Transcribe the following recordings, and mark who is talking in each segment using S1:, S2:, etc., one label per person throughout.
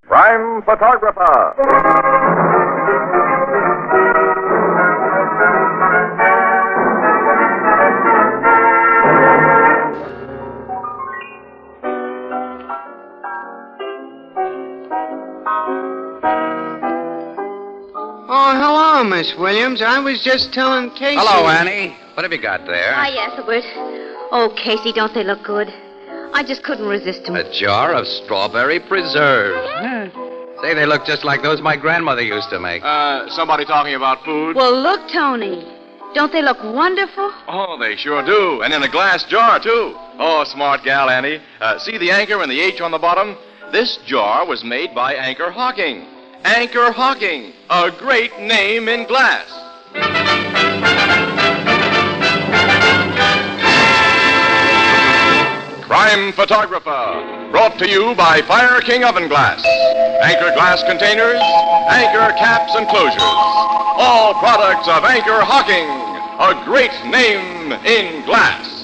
S1: Prime Photographer.
S2: Oh, hello, Miss Williams. I was just telling Casey.
S3: Hello, Oh, Annie. What have you got there?
S4: Ah, yes, Edward. Oh, Casey, don't they look good? I just couldn't resist them.
S3: A jar of strawberry preserve. Say, they look just like those my grandmother used to make.
S5: Uh, somebody talking about food?
S4: Well, look, Tony. Don't they look wonderful?
S5: Oh, they sure do. And in a glass jar, too. Oh, smart gal, Annie. Uh, see the anchor and the H on the bottom? This jar was made by Anchor Hawking. Anchor Hawking, a great name in glass. Prime Photographer, brought to you by Fire King Oven Glass. Anchor glass containers, anchor caps and closures. All products of Anchor Hawking, a great name in glass.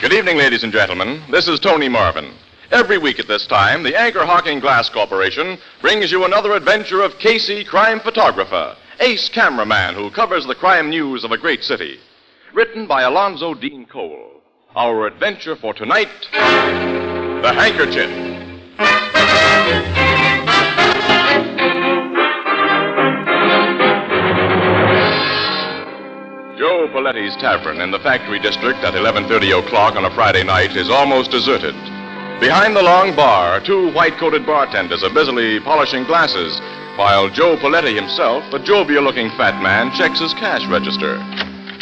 S5: Good evening, ladies and gentlemen. This is Tony Marvin. Every week at this time, the Anchor Hawking Glass Corporation brings you another adventure of Casey, crime photographer, ace cameraman who covers the crime news of a great city. Written by Alonzo Dean Cole. Our adventure for tonight The Handkerchief. Joe Paletti's tavern in the factory district at 11:30 o'clock on a Friday night is almost deserted. Behind the long bar, two white-coated bartenders are busily polishing glasses, while Joe Paletti himself, a jovial-looking fat man, checks his cash register.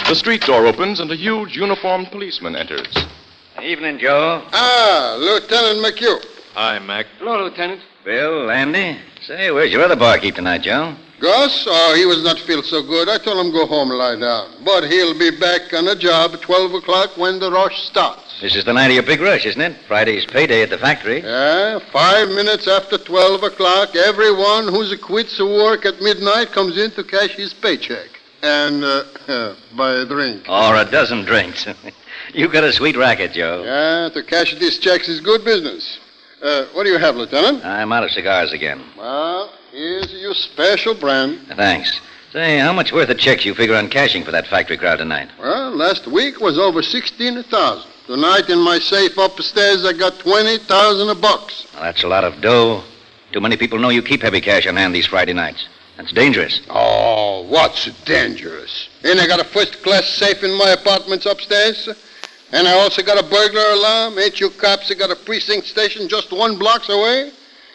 S5: The street door opens and a huge uniformed policeman enters.
S3: Evening, Joe.
S6: Ah, Lieutenant McHugh.
S5: Hi, Mac.
S2: Hello, Lieutenant.
S3: Bill, Andy. Say, where's your other barkeep tonight, Joe?
S6: Gus, oh, he was not feel so good. I told him go home, lie down. But he'll be back on the job 12 o'clock when the rush starts.
S3: This is the night of your big rush, isn't it? Friday's payday at the factory.
S6: Yeah, five minutes after 12 o'clock, everyone who's quits work at midnight comes in to cash his paycheck. And uh, buy a drink.
S3: Or a dozen drinks. you got a sweet racket, Joe.
S6: Yeah, to cash these checks is good business. Uh, what do you have, Lieutenant?
S3: I'm out of cigars again.
S6: Well, here's your special brand.
S3: Thanks. Say, how much worth of checks you figure on cashing for that factory crowd tonight?
S6: Well, last week was over sixteen thousand. Tonight in my safe upstairs, I got twenty thousand a bucks.
S3: Well, that's a lot of dough. Too many people know you keep heavy cash on hand these Friday nights. That's dangerous.
S6: Oh, what's dangerous? And I got a first-class safe in my apartments upstairs, and I also got a burglar alarm. Ain't you cops? I got a precinct station just one blocks away.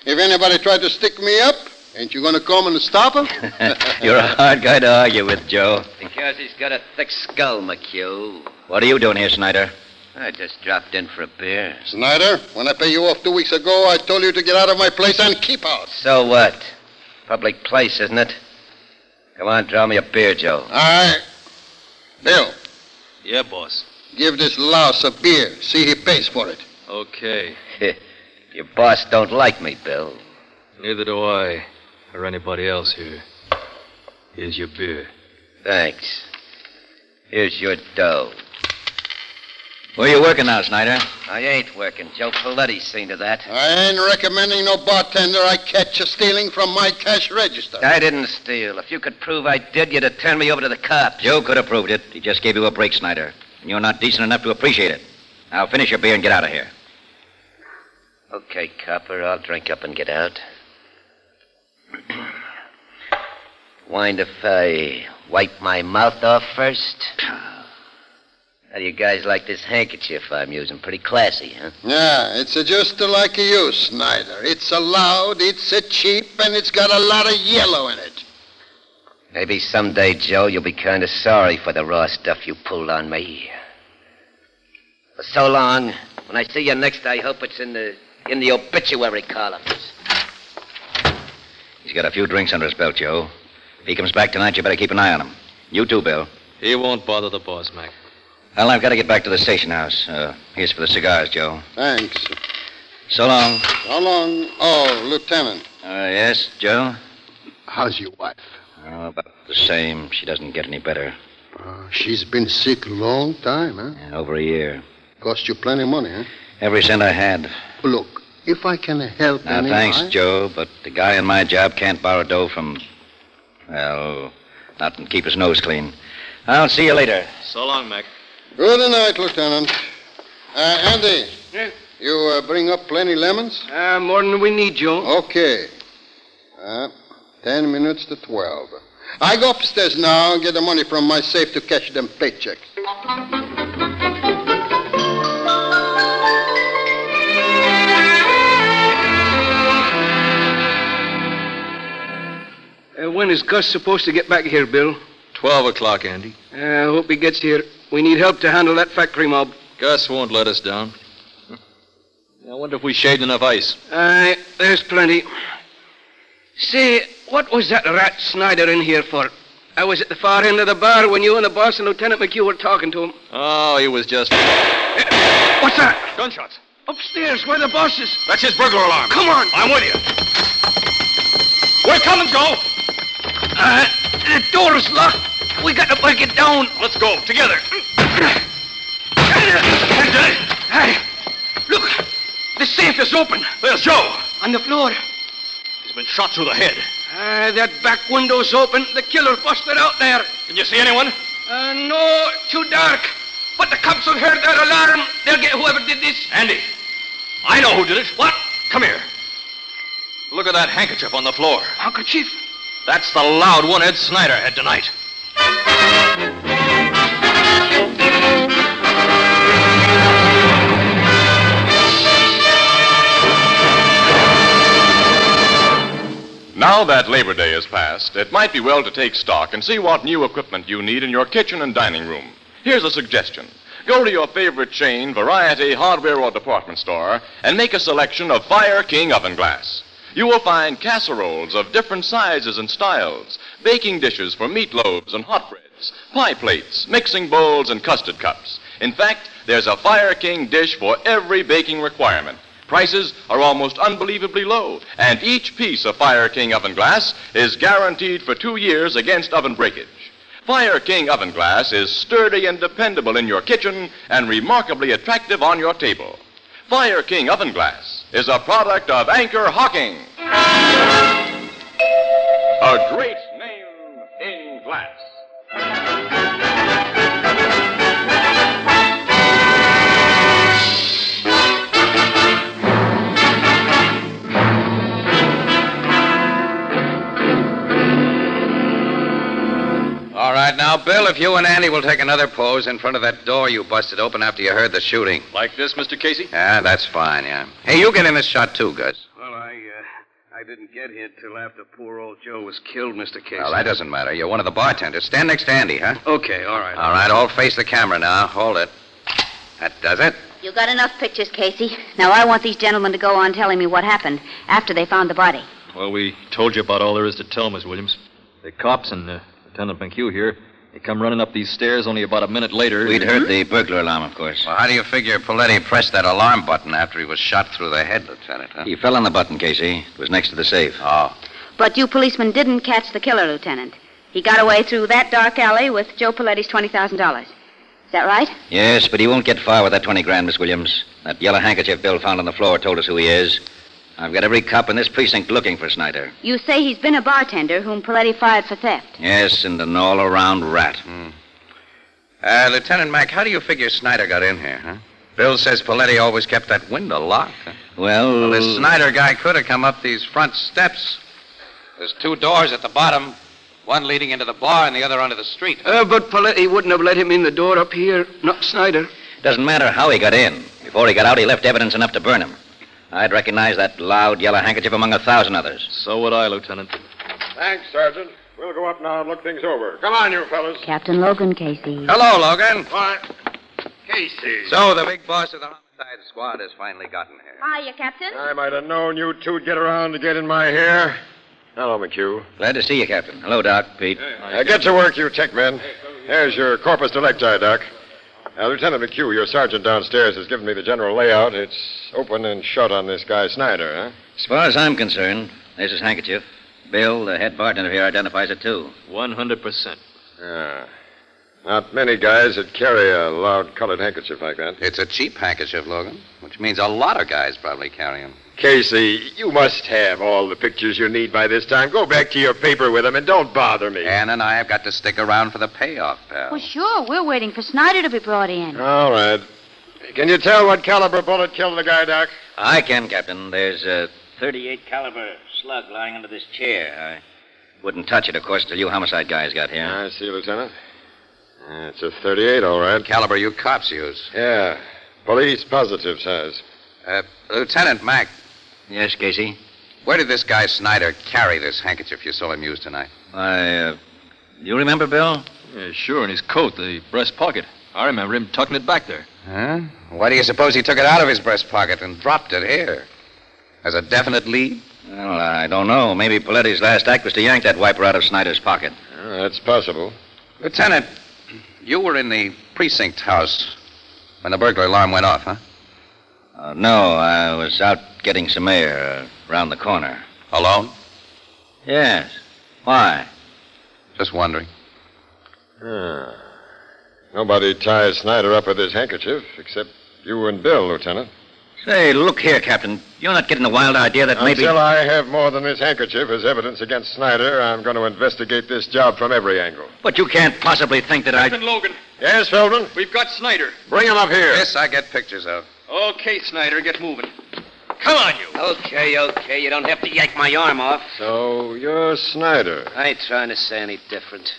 S6: If anybody tried to stick me up, ain't you gonna come and stop 'em?
S3: You're a hard guy to argue with, Joe.
S7: Because he's got a thick skull, McHugh.
S3: What are you doing here, Snyder?
S7: I just dropped in for a beer.
S6: Snyder, when I pay you off two weeks ago, I told you to get out of my place and keep out.
S7: So what? Public place, isn't it? Come on, draw me a beer, Joe.
S6: I, Bill,
S5: Yeah, boss.
S6: give this louse a beer. See he pays for it.
S5: Okay.
S7: Your boss don't like me, Bill.
S5: Neither do I, or anybody else here. Here's your beer.
S7: Thanks. Here's your dough.
S3: Where you working now, Snyder?
S7: I ain't working. Joe Paletti's seen to that.
S6: I ain't recommending no bartender I catch you stealing from my cash register.
S7: I didn't steal. If you could prove I did, you'd have turned me over to the cops.
S3: Joe could have proved it. He just gave you a break, Snyder. And you're not decent enough to appreciate it. Now finish your beer and get out of here.
S7: Okay, copper. I'll drink up and get out. Mind if I wipe my mouth off first? How do you guys like this handkerchief I'm using? Pretty classy, huh?
S6: Yeah, it's a just like you, Snyder. It's a loud, it's a cheap, and it's got a lot of yellow in it.
S7: Maybe someday, Joe, you'll be kind of sorry for the raw stuff you pulled on me. For so long. When I see you next, I hope it's in the in the obituary columns.
S3: He's got a few drinks under his belt, Joe. If he comes back tonight, you better keep an eye on him. You too, Bill.
S5: He won't bother the boss, Mac.
S3: Well, I've got to get back to the station house. Uh, here's for the cigars, Joe.
S6: Thanks.
S3: So long.
S6: How long? Oh, Lieutenant.
S3: Uh, yes, Joe?
S6: How's your wife?
S3: Oh, about the same. She doesn't get any better.
S6: Uh, she's been sick long time, huh?
S3: Yeah, over a year.
S6: Cost you plenty of money, huh?
S3: Every cent I had.
S6: Look, if I can help
S3: Now,
S6: any-
S3: Ah, thanks,
S6: I-
S3: Joe, but the guy in my job can't borrow dough from, well, not and keep his nose clean. I'll see you later.
S8: So long, Mac.
S6: Good night, Lieutenant. Uh, Andy.
S9: Yeah.
S6: You uh, bring up plenty lemons?
S9: Uh, more than we need, Joe.
S6: Okay. Uh, ten minutes to twelve. I go upstairs now and get the money from my safe to cash them paychecks.
S9: Uh, when is Gus supposed to get back here, Bill? Uh,
S8: Twelve o'clock, Andy.
S9: I hope he gets here. We need help to handle that factory mob.
S8: Gus won't let us down. I wonder if we shaved enough ice.
S9: Aye, there's plenty. Say, what was that rat Snyder in here for? I was at the far end of the bar when you and the boss and Lieutenant McHugh were talking to him.
S8: Oh, he was just.
S9: What's that?
S8: Gunshots.
S9: Upstairs, where the boss is.
S8: That's his burglar alarm.
S9: Come on.
S8: I'm with you. We're coming, Joe.
S9: Uh, the door's locked. We got to break it down.
S8: Let's go together.
S9: Hey, look. The safe is open.
S8: There's Joe.
S9: On the floor.
S8: He's been shot through the head.
S9: Uh, that back window's open. The killer busted out there.
S8: Can you see anyone?
S9: Uh, no, too dark. But the cops have heard that alarm. They'll get whoever did this.
S8: Andy, I know who did it. What? Come here. Look at that handkerchief on the floor.
S9: Handkerchief.
S8: That's the loud one Ed Snyder had tonight.
S5: Now that Labor Day has passed, it might be well to take stock and see what new equipment you need in your kitchen and dining room. Here's a suggestion. Go to your favorite chain, variety, hardware, or department store and make a selection of Fire King oven glass. You will find casseroles of different sizes and styles, baking dishes for meatloaves and hot breads, pie plates, mixing bowls, and custard cups. In fact, there's a Fire King dish for every baking requirement. Prices are almost unbelievably low, and each piece of Fire King oven glass is guaranteed for two years against oven breakage. Fire King oven glass is sturdy and dependable in your kitchen and remarkably attractive on your table. Fire King oven glass is a product of Anchor Hawking, a great name in glass.
S3: All right, now, Bill, if you and Andy will take another pose in front of that door you busted open after you heard the shooting.
S8: Like this, Mr. Casey?
S3: Yeah, that's fine, yeah. Hey, you get in this shot, too, Gus.
S9: Well, I, uh, I didn't get here till after poor old Joe was killed, Mr. Casey.
S3: Well, that doesn't matter. You're one of the bartenders. Stand next to Andy, huh?
S9: Okay, all right.
S3: All right, all face the camera now. Hold it. That does it.
S4: You got enough pictures, Casey. Now I want these gentlemen to go on telling me what happened after they found the body.
S8: Well, we told you about all there is to tell, Miss Williams. The cops and uh, Lieutenant McHugh here, they come running up these stairs only about a minute later.
S3: We'd heard the burglar alarm, of course. Well, how do you figure Paletti pressed that alarm button after he was shot through the head, Lieutenant? Huh? He fell on the button, Casey. It was next to the safe. Oh.
S4: But you policemen didn't catch the killer, Lieutenant. He got away through that dark alley with Joe Paletti's $20,000. Is that right?
S3: Yes, but he won't get far with that 20 grand, Miss Williams. That yellow handkerchief Bill found on the floor told us who he is. I've got every cop in this precinct looking for Snyder.
S4: You say he's been a bartender whom Paletti fired for theft.
S3: Yes, and an all around rat. Hmm. Uh, Lieutenant Mack, how do you figure Snyder got in here, huh? Bill says Paletti always kept that window locked. Well, this Snyder guy could have come up these front steps. There's two doors at the bottom, one leading into the bar and the other onto the street.
S9: Uh, but Paletti wouldn't have let him in the door up here, not Snyder.
S3: Doesn't matter how he got in. Before he got out, he left evidence enough to burn him. I'd recognize that loud yellow handkerchief among a thousand others.
S8: So would I, Lieutenant.
S10: Thanks, Sergeant. We'll go up now and look things over. Come on, you fellas.
S4: Captain Logan, Casey.
S3: Hello, Logan.
S10: Why, Casey.
S3: So the big boss of the homicide squad has finally gotten here.
S4: Hiya, Captain.
S10: I might have known you two'd get around to get in my hair. Hello, McHugh.
S3: Glad to see you, Captain. Hello, Doc, Pete.
S10: Uh, get to work, you tech men. There's your corpus delicti, Doc. Now, Lieutenant McHugh, your sergeant downstairs has given me the general layout. It's open and shut on this guy Snyder, huh?
S3: As far as I'm concerned, there's his handkerchief. Bill, the head bartender here, identifies it too.
S8: 100%.
S10: Yeah. Not many guys that carry a loud colored handkerchief like that.
S11: It's a cheap handkerchief, Logan, which means a lot of guys probably carry them.
S10: Casey, you must have all the pictures you need by this time. Go back to your paper with them and don't bother me.
S11: Ann and I have got to stick around for the payoff, pal.
S4: Well, sure. We're waiting for Snyder to be brought in.
S10: All right. Can you tell what caliber bullet killed the guy, Doc?
S3: I can, Captain. There's a
S7: 38 caliber slug lying under this chair.
S3: Wouldn't touch it, of course, till you homicide guys got here.
S10: I see, Lieutenant. Yeah, It's a 38, all right.
S11: Caliber you cops use.
S10: Yeah. Police positive size.
S11: Uh, Lieutenant Mack,
S3: Yes, Casey.
S11: where did this guy Snyder carry this handkerchief you saw him use tonight?
S3: I. Uh, you remember, Bill?
S8: Yeah, sure, in his coat, the breast pocket. I remember him tucking it back there.
S11: Huh? Why do you suppose he took it out of his breast pocket and dropped it here? As a definite lead?
S3: Well, I don't know. Maybe Paletti's last act was to yank that wiper out of Snyder's pocket.
S10: Yeah, that's possible.
S11: Lieutenant, you were in the precinct house when the burglar alarm went off, huh?
S3: Uh, no, I was out getting some air uh, around the corner.
S11: Alone?
S3: Yes. Why?
S11: Just wondering.
S10: Ah. Nobody ties Snyder up with his handkerchief except you and Bill, Lieutenant.
S3: Say, look here, Captain. You're not getting the wild idea that maybe.
S10: Until I have more than this handkerchief as evidence against Snyder, I'm going to investigate this job from every angle.
S3: But you can't possibly think that I.
S12: Captain Logan,
S10: Yes, Feldman?
S12: we've got Snyder.
S10: Bring him up here.
S11: This I get pictures of.
S12: Okay, Snyder, get moving. Come on, you.
S7: Okay, okay. You don't have to yank my arm off.
S10: So you're Snyder.
S7: I ain't trying to say any different.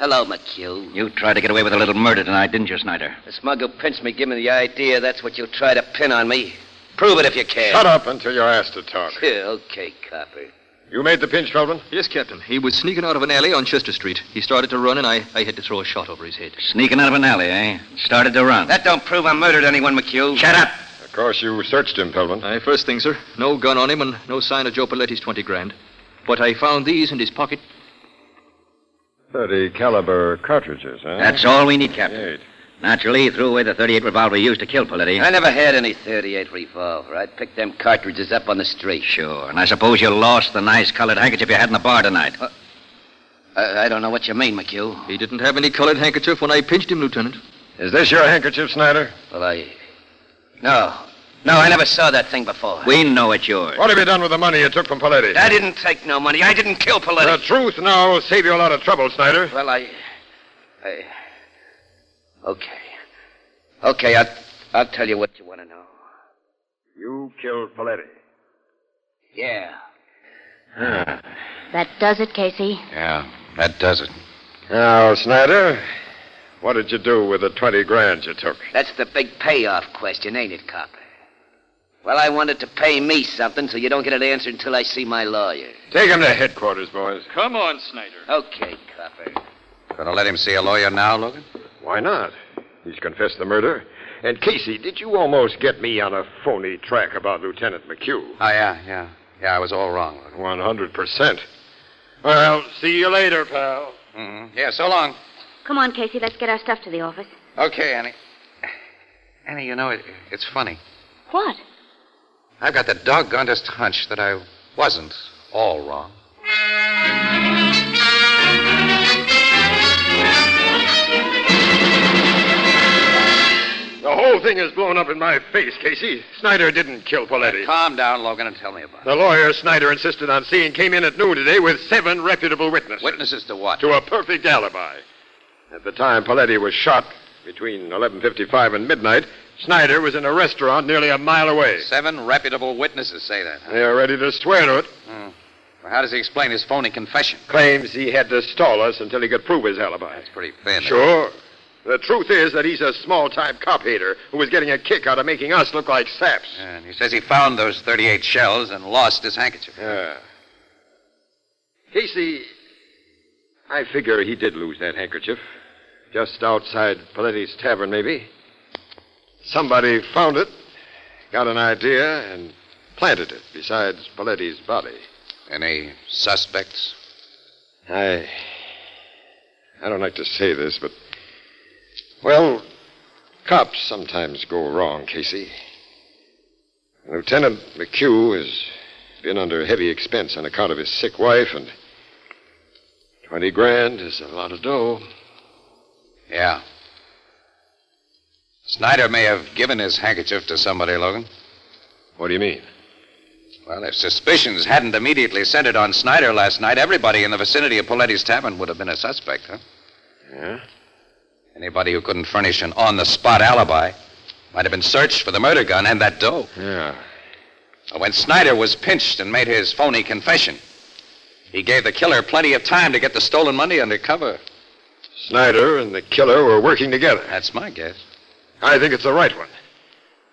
S7: Hello, McHugh.
S3: You tried to get away with a little murder tonight, didn't you, Snyder?
S7: The smug who pinched me gave me the idea that's what you'll try to pin on me. Prove it if you can.
S10: Shut up until you're asked to talk.
S7: Yeah, okay, copper.
S10: You made the pinch, Feldman?
S8: Yes, Captain. He was sneaking out of an alley on Chester Street. He started to run, and I, I had to throw a shot over his head.
S3: Sneaking out of an alley, eh? Started to run.
S7: That don't prove I murdered anyone, McHugh.
S3: Shut up!
S10: Of course, you searched him, Feldman.
S8: Uh, first thing, sir, no gun on him and no sign of Joe Paletti's 20 grand. But I found these in his pocket.
S10: 30 caliber cartridges, huh?
S3: That's all we need, Captain.
S10: Eight.
S3: Naturally, he threw away the 38 revolver he used to kill Paletti.
S7: I never had any 38 revolver. I picked them cartridges up on the street.
S3: Sure, and I suppose you lost the nice colored handkerchief you had in the bar tonight.
S11: Uh,
S7: Uh, I, I don't know what you mean, McHugh.
S8: He didn't have any colored handkerchief when I pinched him, Lieutenant.
S10: Is this your handkerchief, Snyder?
S7: Well, I. No. No, I never saw that thing before.
S3: We know it's yours.
S10: What have you done with the money you took from Paletti?
S7: I didn't take no money. I didn't kill
S10: The
S7: Paletti.
S10: truth now will save you a lot of trouble, Snyder.
S7: Well, I. I. Okay. Okay, I'll, I'll tell you what you want to know.
S10: You killed Paletti.
S7: Yeah.
S3: Ah.
S4: That does it, Casey.
S11: Yeah, that does it.
S10: Now, Snyder, what did you do with the 20 grand you took?
S7: That's the big payoff question, ain't it, Copper? Well, I wanted to pay me something, so you don't get an answer until I see my lawyer.
S10: Take him to headquarters, boys.
S12: Come on, Snyder.
S7: Okay, Copper.
S11: Gonna let him see a lawyer now, Logan?
S10: Why not? He's confessed the murder. And, Casey, did you almost get me on a phony track about Lieutenant McHugh?
S11: Oh, yeah, yeah. Yeah, I was all wrong, Logan.
S10: 100%. Well, see you later, pal.
S11: Mm-hmm. Yeah, so long.
S4: Come on, Casey. Let's get our stuff to the office.
S11: Okay, Annie. Annie, you know, it, it's funny.
S4: What?
S11: I've got the doggonest hunch that I wasn't all wrong.
S10: The whole thing is blown up in my face, Casey. Snyder didn't kill Paletti.
S11: Calm down, Logan, and tell me about
S10: The lawyer Snyder insisted on seeing came in at noon today with seven reputable
S11: it.
S10: witnesses.
S11: Witnesses to what?
S10: To a perfect alibi. At the time Paletti was shot, between 11.55 and midnight, Snyder was in a restaurant nearly a mile away.
S11: Seven reputable witnesses say that. Huh?
S10: They are ready to swear to it.
S11: Well, how does he explain his phony confession?
S10: Claims he had to stall us until he could prove his alibi.
S11: That's pretty thin.
S10: Sure. The truth is that he's a small-time cop hater who was getting a kick out of making us look like saps.
S11: And he says he found those 38 shells and lost his handkerchief.
S10: Yeah. Casey, I figure he did lose that handkerchief. Just outside Paletti's tavern, maybe. Somebody found it, got an idea, and planted it beside Paletti's body.
S11: Any suspects?
S10: I. I don't like to say this, but. Well, cops sometimes go wrong, Casey. Lieutenant McHugh is Been under heavy expense on account of his sick wife, and 20 grand is a lot of dough.
S11: Yeah. Snyder may have given his handkerchief to somebody, Logan.
S10: What do you mean?
S11: Well, if suspicions hadn't immediately centered on Snyder last night, everybody in the vicinity of Paletti's Tavern would have been a suspect, huh?
S10: Yeah?
S11: Anybody who couldn't furnish an on the spot alibi might have been searched for the murder gun and that dough.
S10: Yeah.
S11: When Snyder was pinched and made his phony confession, he gave the killer plenty of time to get the stolen money under cover.
S10: Snyder and the killer were working together.
S11: That's my guess.
S10: I think it's the right one.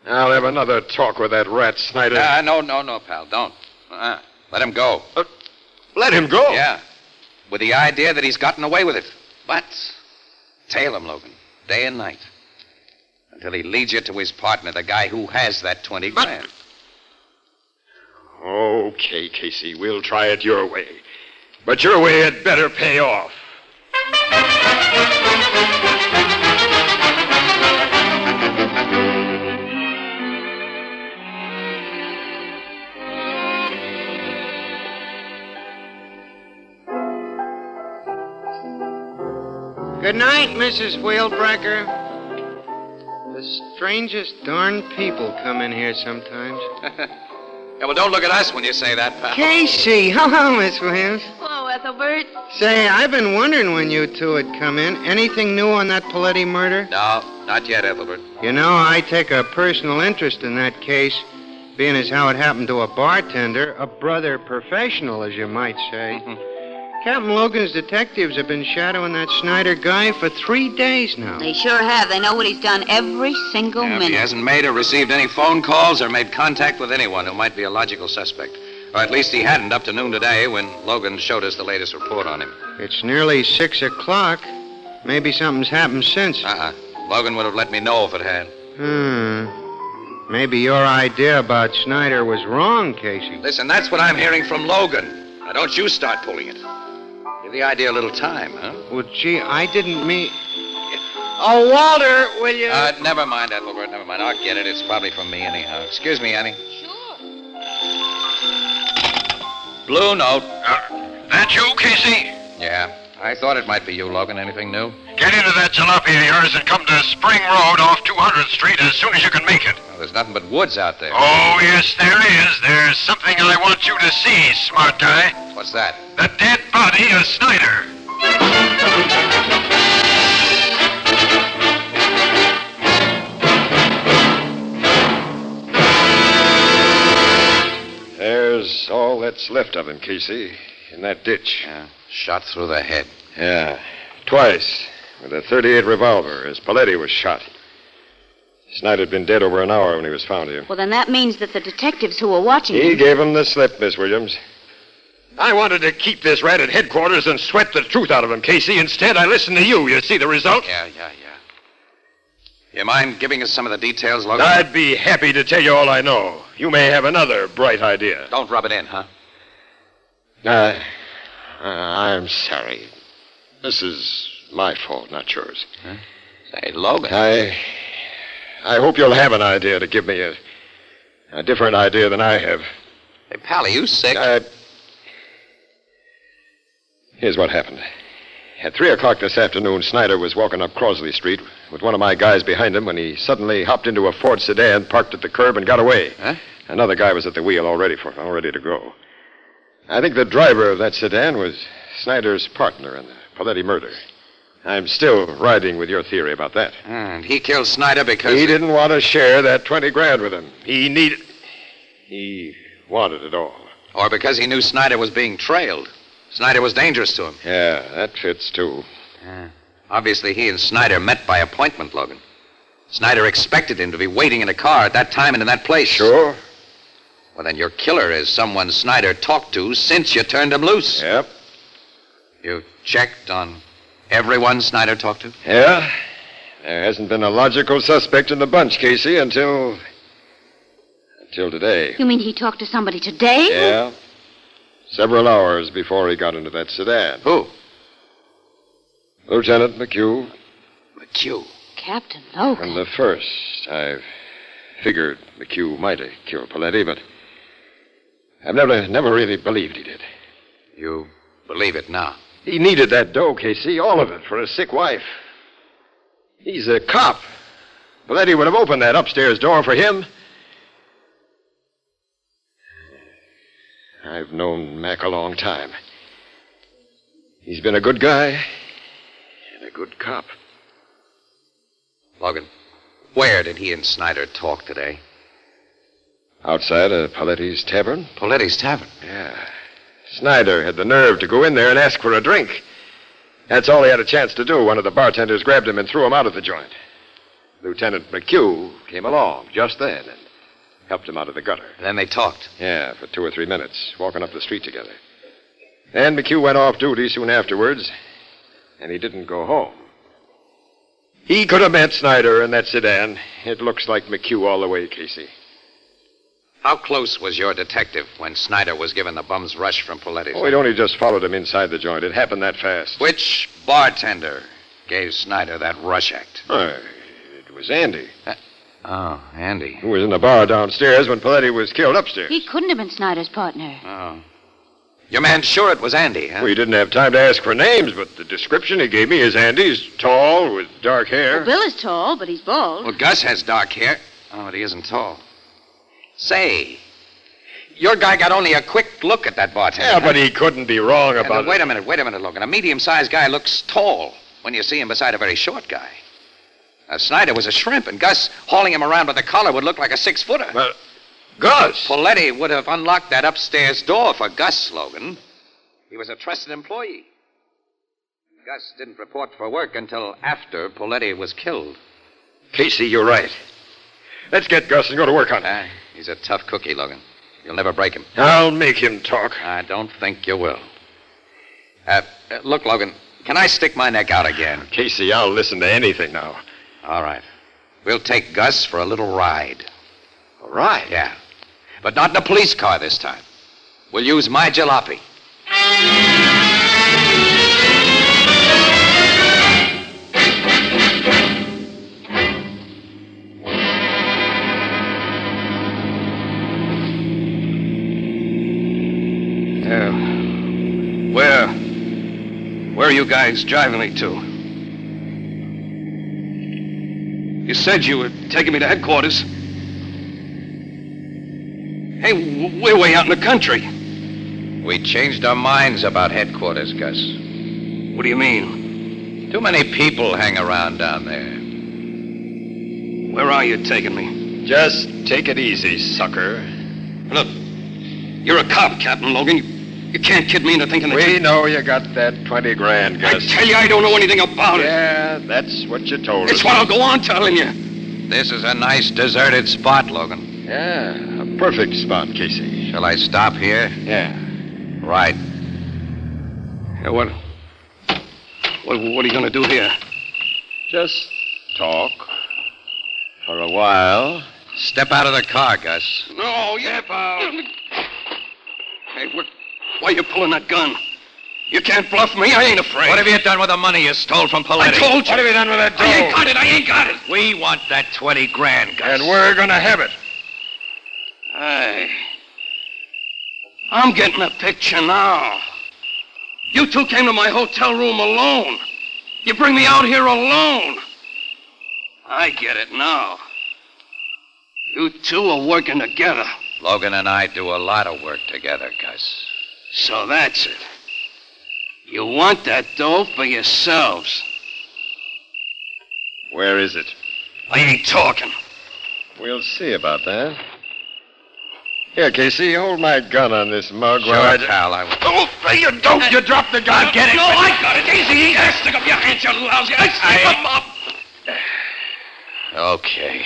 S10: I'll have another talk with that rat Snyder.
S11: Ah, no, no, no, pal. Don't. Uh-uh. Let him go.
S10: Uh, Let him go.
S11: Yeah. With the idea that he's gotten away with it. But tail him, Logan, day and night. Until he leads you to his partner, the guy who has that 20 grand.
S10: Okay, Casey, we'll try it your way. But your way had better pay off.
S2: Good night, Mrs. Wheelbrecker. The strangest darn people come in here sometimes.
S11: Yeah, well, don't look at us when you say that, pal.
S2: Casey, hello, Miss Williams.
S9: Hello, Ethelbert.
S2: Say, I've been wondering when you two would come in. Anything new on that Paletti murder?
S11: No, not yet, Ethelbert.
S2: You know, I take a personal interest in that case, being as how it happened to a bartender, a brother professional, as you might say. Captain Logan's detectives have been shadowing that Snyder guy for three days now.
S4: They sure have. They know what he's done every single
S11: Yeah, if he
S4: minute.
S11: hasn't made or received any phone calls or made contact with anyone who might be a logical suspect. Or at least he hadn't up to noon today when Logan showed us the latest report on him.
S2: It's nearly six o'clock. Maybe something's happened since.
S11: Uh huh. Logan would have let me know if it had.
S2: Hmm. Maybe your idea about Snyder was wrong, Casey.
S11: Listen, that's what I'm hearing from Logan. Now, don't you start pulling it. Give the idea a little time, huh?
S2: Well, gee, I didn't mean. Oh, Walter, will you?
S11: Uh, never mind, Ethelbert. Never mind. I'll get it. It's probably from me, anyhow. Excuse me, Annie.
S9: Sure.
S11: Blue note.
S13: Uh, That you, Casey?
S11: Yeah. I thought it might be you, Logan. Anything new?
S13: Get into that jalopy of yours and come to Spring Road off 200th Street as soon as you can make it.
S11: Well, there's nothing but woods out there.
S13: Oh, yes, there is. There's something I want you to see, smart guy.
S11: What's that?
S13: The dead body of Snyder.
S10: There's all that's left of him, Casey, in that ditch.
S11: Yeah. Shot through the head.
S10: Yeah, twice with a 38 revolver as Paletti was shot. Snyder had been dead over an hour when he was found here.
S4: Well, then that means that the detectives who were watching
S10: He
S4: him.
S10: gave him the slip, Miss Williams.
S13: I wanted to keep this rat at headquarters and sweat the truth out of him, Casey. Instead, I listened to you. You see the result?
S11: Yeah, yeah, yeah. You mind giving us some of the details, Logan?
S13: I'd be happy to tell you all I know. You may have another bright idea.
S11: Don't rub it in, huh?
S10: Uh, uh, I'm sorry. This is my fault, not yours.
S11: Say, Logan.
S10: I. I hope you'll have an idea to give me a, a different idea than I have.
S11: Hey, pal, are you sick?
S10: Uh, here's what happened. At 3 o'clock this afternoon, Snyder was walking up Crosley Street with one of my guys behind him when he suddenly hopped into a Ford sedan, parked at the curb, and got away.
S11: Huh?
S10: Another guy was at the wheel already for all ready to go. I think the driver of that sedan was Snyder's partner in the Paletti murder. I'm still riding with your theory about that.
S11: And he killed Snyder because.
S10: He didn't want to share that 20 grand with him. He needed. He wanted it all.
S11: Or because he knew Snyder was being trailed. Snyder was dangerous to him.
S10: Yeah, that fits too.
S11: Obviously, he and Snyder met by appointment, Logan. Snyder expected him to be waiting in a car at that time and in that place.
S10: Sure.
S11: Well, then your killer is someone Snyder talked to since you turned him loose.
S10: Yep.
S11: You checked on everyone Snyder talked to?
S10: Yeah. There hasn't been a logical suspect in the bunch, Casey, until. until today.
S4: You mean he talked to somebody today?
S10: Yeah. Several hours before he got into that sedan.
S11: Who?
S10: Lieutenant McHugh,
S11: McHugh.
S4: Captain Logan.
S10: from the first, I figured McHugh might have killed Paletti, but I've never, never really believed he did.
S11: You believe it now.
S10: He needed that dough, Casey, all of it, for his sick wife. He's a cop. Paletti would have opened that upstairs door for him. I've known Mac a long time. He's been a good guy and a good cop.
S11: Logan, where did he and Snyder talk today?
S10: Outside of Paletti's tavern?
S11: Paletti's tavern?
S10: Yeah. Snyder had the nerve to go in there and ask for a drink. That's all he had a chance to do. One of the bartenders grabbed him and threw him out of the joint. Lieutenant McHugh came along just then and helped him out of the gutter.
S11: Then they talked.
S10: Yeah, for two or three minutes, walking up the street together. Then McHugh went off duty soon afterwards, and he didn't go home. He could have met Snyder in that sedan. It looks like McHugh all the way, Casey.
S11: How close was your detective when Snyder was given the bum's rush from Paletti's?
S10: Oh, he'd only just followed him inside the joint. It happened that fast.
S11: Which bartender gave Snyder that rush act?
S10: Uh, it was Andy.
S11: Oh, Andy.
S10: Who was in the bar downstairs when Paletti was killed upstairs?
S4: He couldn't have been Snyder's partner.
S11: Oh. Your man's sure it was Andy, huh?
S10: We didn't have time to ask for names, but the description he gave me is Andy's tall with dark hair.
S4: Well, Bill is tall, but he's bald.
S11: Well, Gus has dark hair. Oh, but he isn't tall. Say, your guy got only a quick look at that bartender.
S10: Yeah,
S11: huh?
S10: but he couldn't be wrong
S11: Yeah,
S10: about
S11: but Wait a minute, wait a minute, Logan. A medium sized guy looks tall when you see him beside a very short guy. Now, Snyder was a shrimp, and Gus hauling him around by the collar would look like a six footer.
S10: But, Gus!
S11: Poletti would have unlocked that upstairs door for Gus, Logan. He was a trusted employee. Gus didn't report for work until after Poletti was killed.
S10: Casey, you're right. Let's get Gus and go to work on it.
S11: Ah, He's a tough cookie, Logan. You'll never break him.
S10: I'll make him talk.
S11: I don't think you will. Uh, uh, look, Logan, can I stick my neck out again?
S10: Casey, I'll listen to anything now.
S11: All right. We'll take Gus for a little ride.
S10: A ride?
S11: Yeah. But not in a police car this time. We'll use my jalopy.
S9: Yeah. Um, Where? Where are you guys driving me to? You said you were taking me to headquarters. Hey, w- we're way out in the country.
S11: We changed our minds about headquarters, Gus.
S9: What do you mean?
S11: Too many people hang around down there.
S9: Where are you taking me?
S10: Just take it easy, sucker.
S9: Look, you're a cop, Captain Logan. You, you can't kid me into thinking that.
S10: We
S9: you...
S10: know you got that 20 grand,
S9: I
S10: Gus.
S9: tell you, I don't know anything about
S10: Yeah, that's what you told
S9: it. It's
S10: us.
S9: what I'll go on telling you.
S11: This is a nice deserted spot, Logan.
S10: Yeah, a perfect spot, Casey.
S11: Shall I stop here?
S10: Yeah.
S11: Right.
S9: Yeah, what, what? What are you going to do here?
S10: Just talk for a while.
S11: Step out of the car, Gus.
S9: No, yeah, pal. Hey, what, why are you pulling that gun? You can't bluff me. I ain't afraid.
S11: What have you done with the money you stole from
S9: I
S11: Paletti?
S9: told you.
S10: What have you done with that
S9: I ain't
S10: dough?
S9: got it. I ain't got it.
S11: We want that 20 grand, Gus.
S10: And we're gonna have it.
S9: Hey. I'm getting a picture now. You two came to my hotel room alone. You bring me out here alone. I get it now. You two are working together.
S11: Logan and I do a lot of work together, Gus.
S9: So that's it. You want that dough for yourselves.
S10: Where is it?
S9: I ain't talking.
S10: We'll see about that. Here, Casey, hold my gun on this mug
S11: Sure,
S10: while I.
S11: pal, I will.
S10: Oh, you don't. You dropped the gun.
S9: Get it. No, I got it. Easy. I stick up your hands, you lousy. I stick them up.
S11: Okay.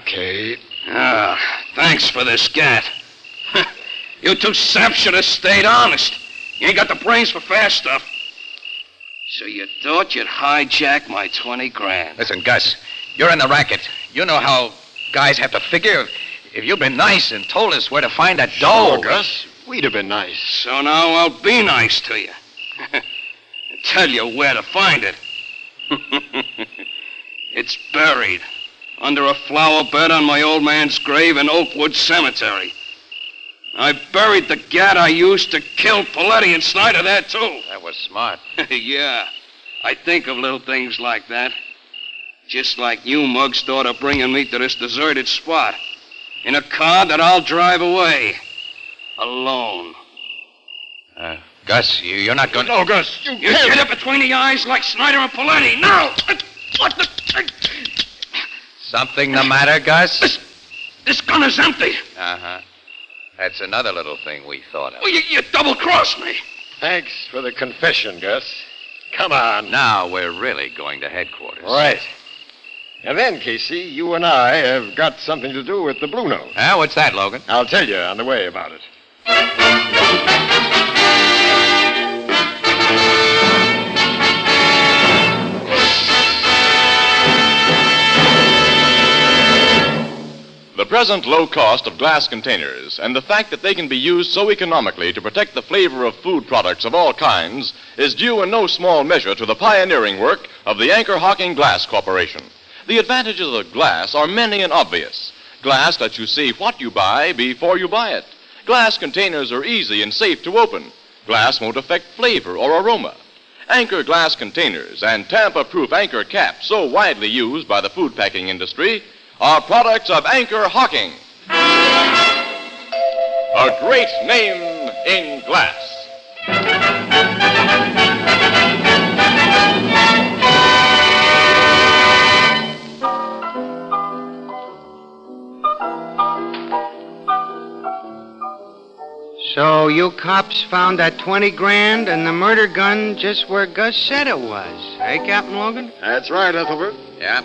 S10: Okay.
S9: Ah, thanks for this gat. you two saps should have stayed honest. You ain't got the brains for fast stuff. So you thought you'd hijack my 20 grand.
S11: Listen, Gus, you're in the racket. You know how guys have to figure. If you'd been nice and told us where to find that dough.
S10: Sure, Gus. We'd have been nice.
S9: So now I'll be nice to you. and tell you where to find it. it's buried under a flower bed on my old man's grave in Oakwood Cemetery. I buried the gat I used to kill Paletti and Snyder there, too.
S11: That was smart.
S9: yeah, I think of little things like that. Just like you, Muggs, thought of bringing me to this deserted spot in a car that I'll drive away alone.
S11: Uh, Gus, you, you're not going to.
S9: No, Gus, you, you get it between the eyes like Snyder and Paletti. Now, what the?
S11: Something the matter, Gus?
S9: This gun is empty.
S11: Uh huh. That's another little thing we thought of.
S9: Well, Oh, you, you double crossed me.
S10: Thanks for the confession, Gus. Come on.
S11: Now we're really going to headquarters.
S10: Right. And then, Casey, you and I have got something to do with the Blue Note.
S11: Ah, what's that, Logan?
S10: I'll tell you on the way about it.
S5: The present low cost of glass containers and the fact that they can be used so economically to protect the flavor of food products of all kinds is due in no small measure to the pioneering work of the Anchor Hawking Glass Corporation. The advantages of glass are many and obvious. Glass lets you see what you buy before you buy it. Glass containers are easy and safe to open. Glass won't affect flavor or aroma. Anchor glass containers and Tampa proof anchor caps, so widely used by the food packing industry, are products of Anchor Hawking. A great name in glass.
S2: So you cops found that 20 grand and the murder gun just where Gus said it was. Hey, Captain Logan?
S10: That's right, Ethelbert.
S11: Yeah.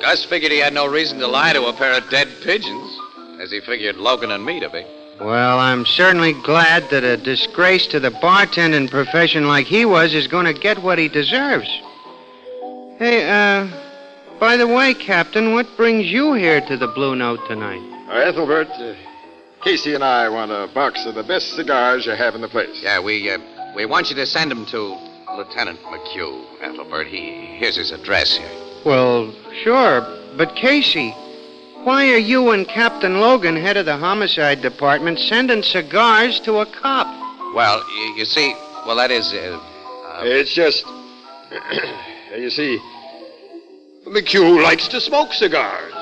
S11: Gus figured he had no reason to lie to a pair of dead pigeons, as he figured Logan and me to be.
S2: Well, I'm certainly glad that a disgrace to the bartending profession like he was is going to get what he deserves. Hey, uh, by the way, Captain, what brings you here to the Blue Note tonight?
S10: Uh, Ethelbert, uh, Casey and I want a box of the best cigars you have in the place.
S11: Yeah, we uh, we want you to send him to Lieutenant McHugh, Ethelbert. He here's his address here.
S2: Well, sure, but Casey, why are you and Captain Logan, head of the homicide department, sending cigars to a cop?
S11: Well, you, you see, well that is. Uh,
S10: it's just. you see,
S13: McHugh likes to smoke cigars.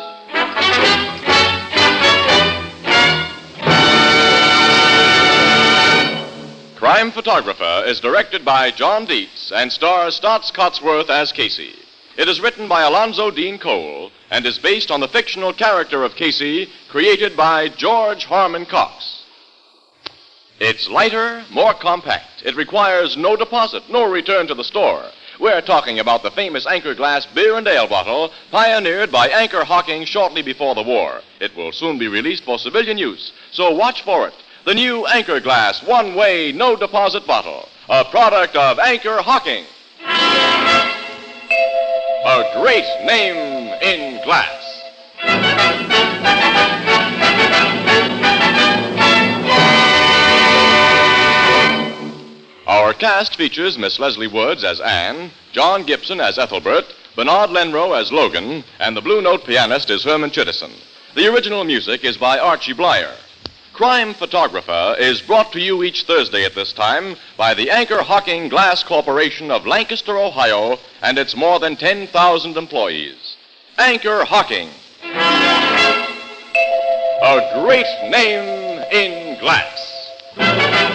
S5: Crime Photographer is directed by John Dietz and stars Stotts Cotsworth as Casey. It is written by Alonzo Dean Cole and is based on the fictional character of Casey created by George Harmon Cox. It's lighter, more compact. It requires no deposit, no return to the store. We're talking about the famous Anchor Glass beer and ale bottle pioneered by Anchor Hawking shortly before the war. It will soon be released for civilian use, so watch for it. The new Anchor Glass one way, no deposit bottle, a product of Anchor Hawking. A great name in glass. Our cast features Miss Leslie Woods as Anne, John Gibson as Ethelbert, Bernard Lenro as Logan, and the Blue Note pianist is Herman Chittison. The original music is by Archie Blyer. Crime Photographer is brought to you each Thursday at this time by the Anchor Hawking Glass Corporation of Lancaster, Ohio, and its more than 10,000 employees. Anchor Hawking. A great name in glass.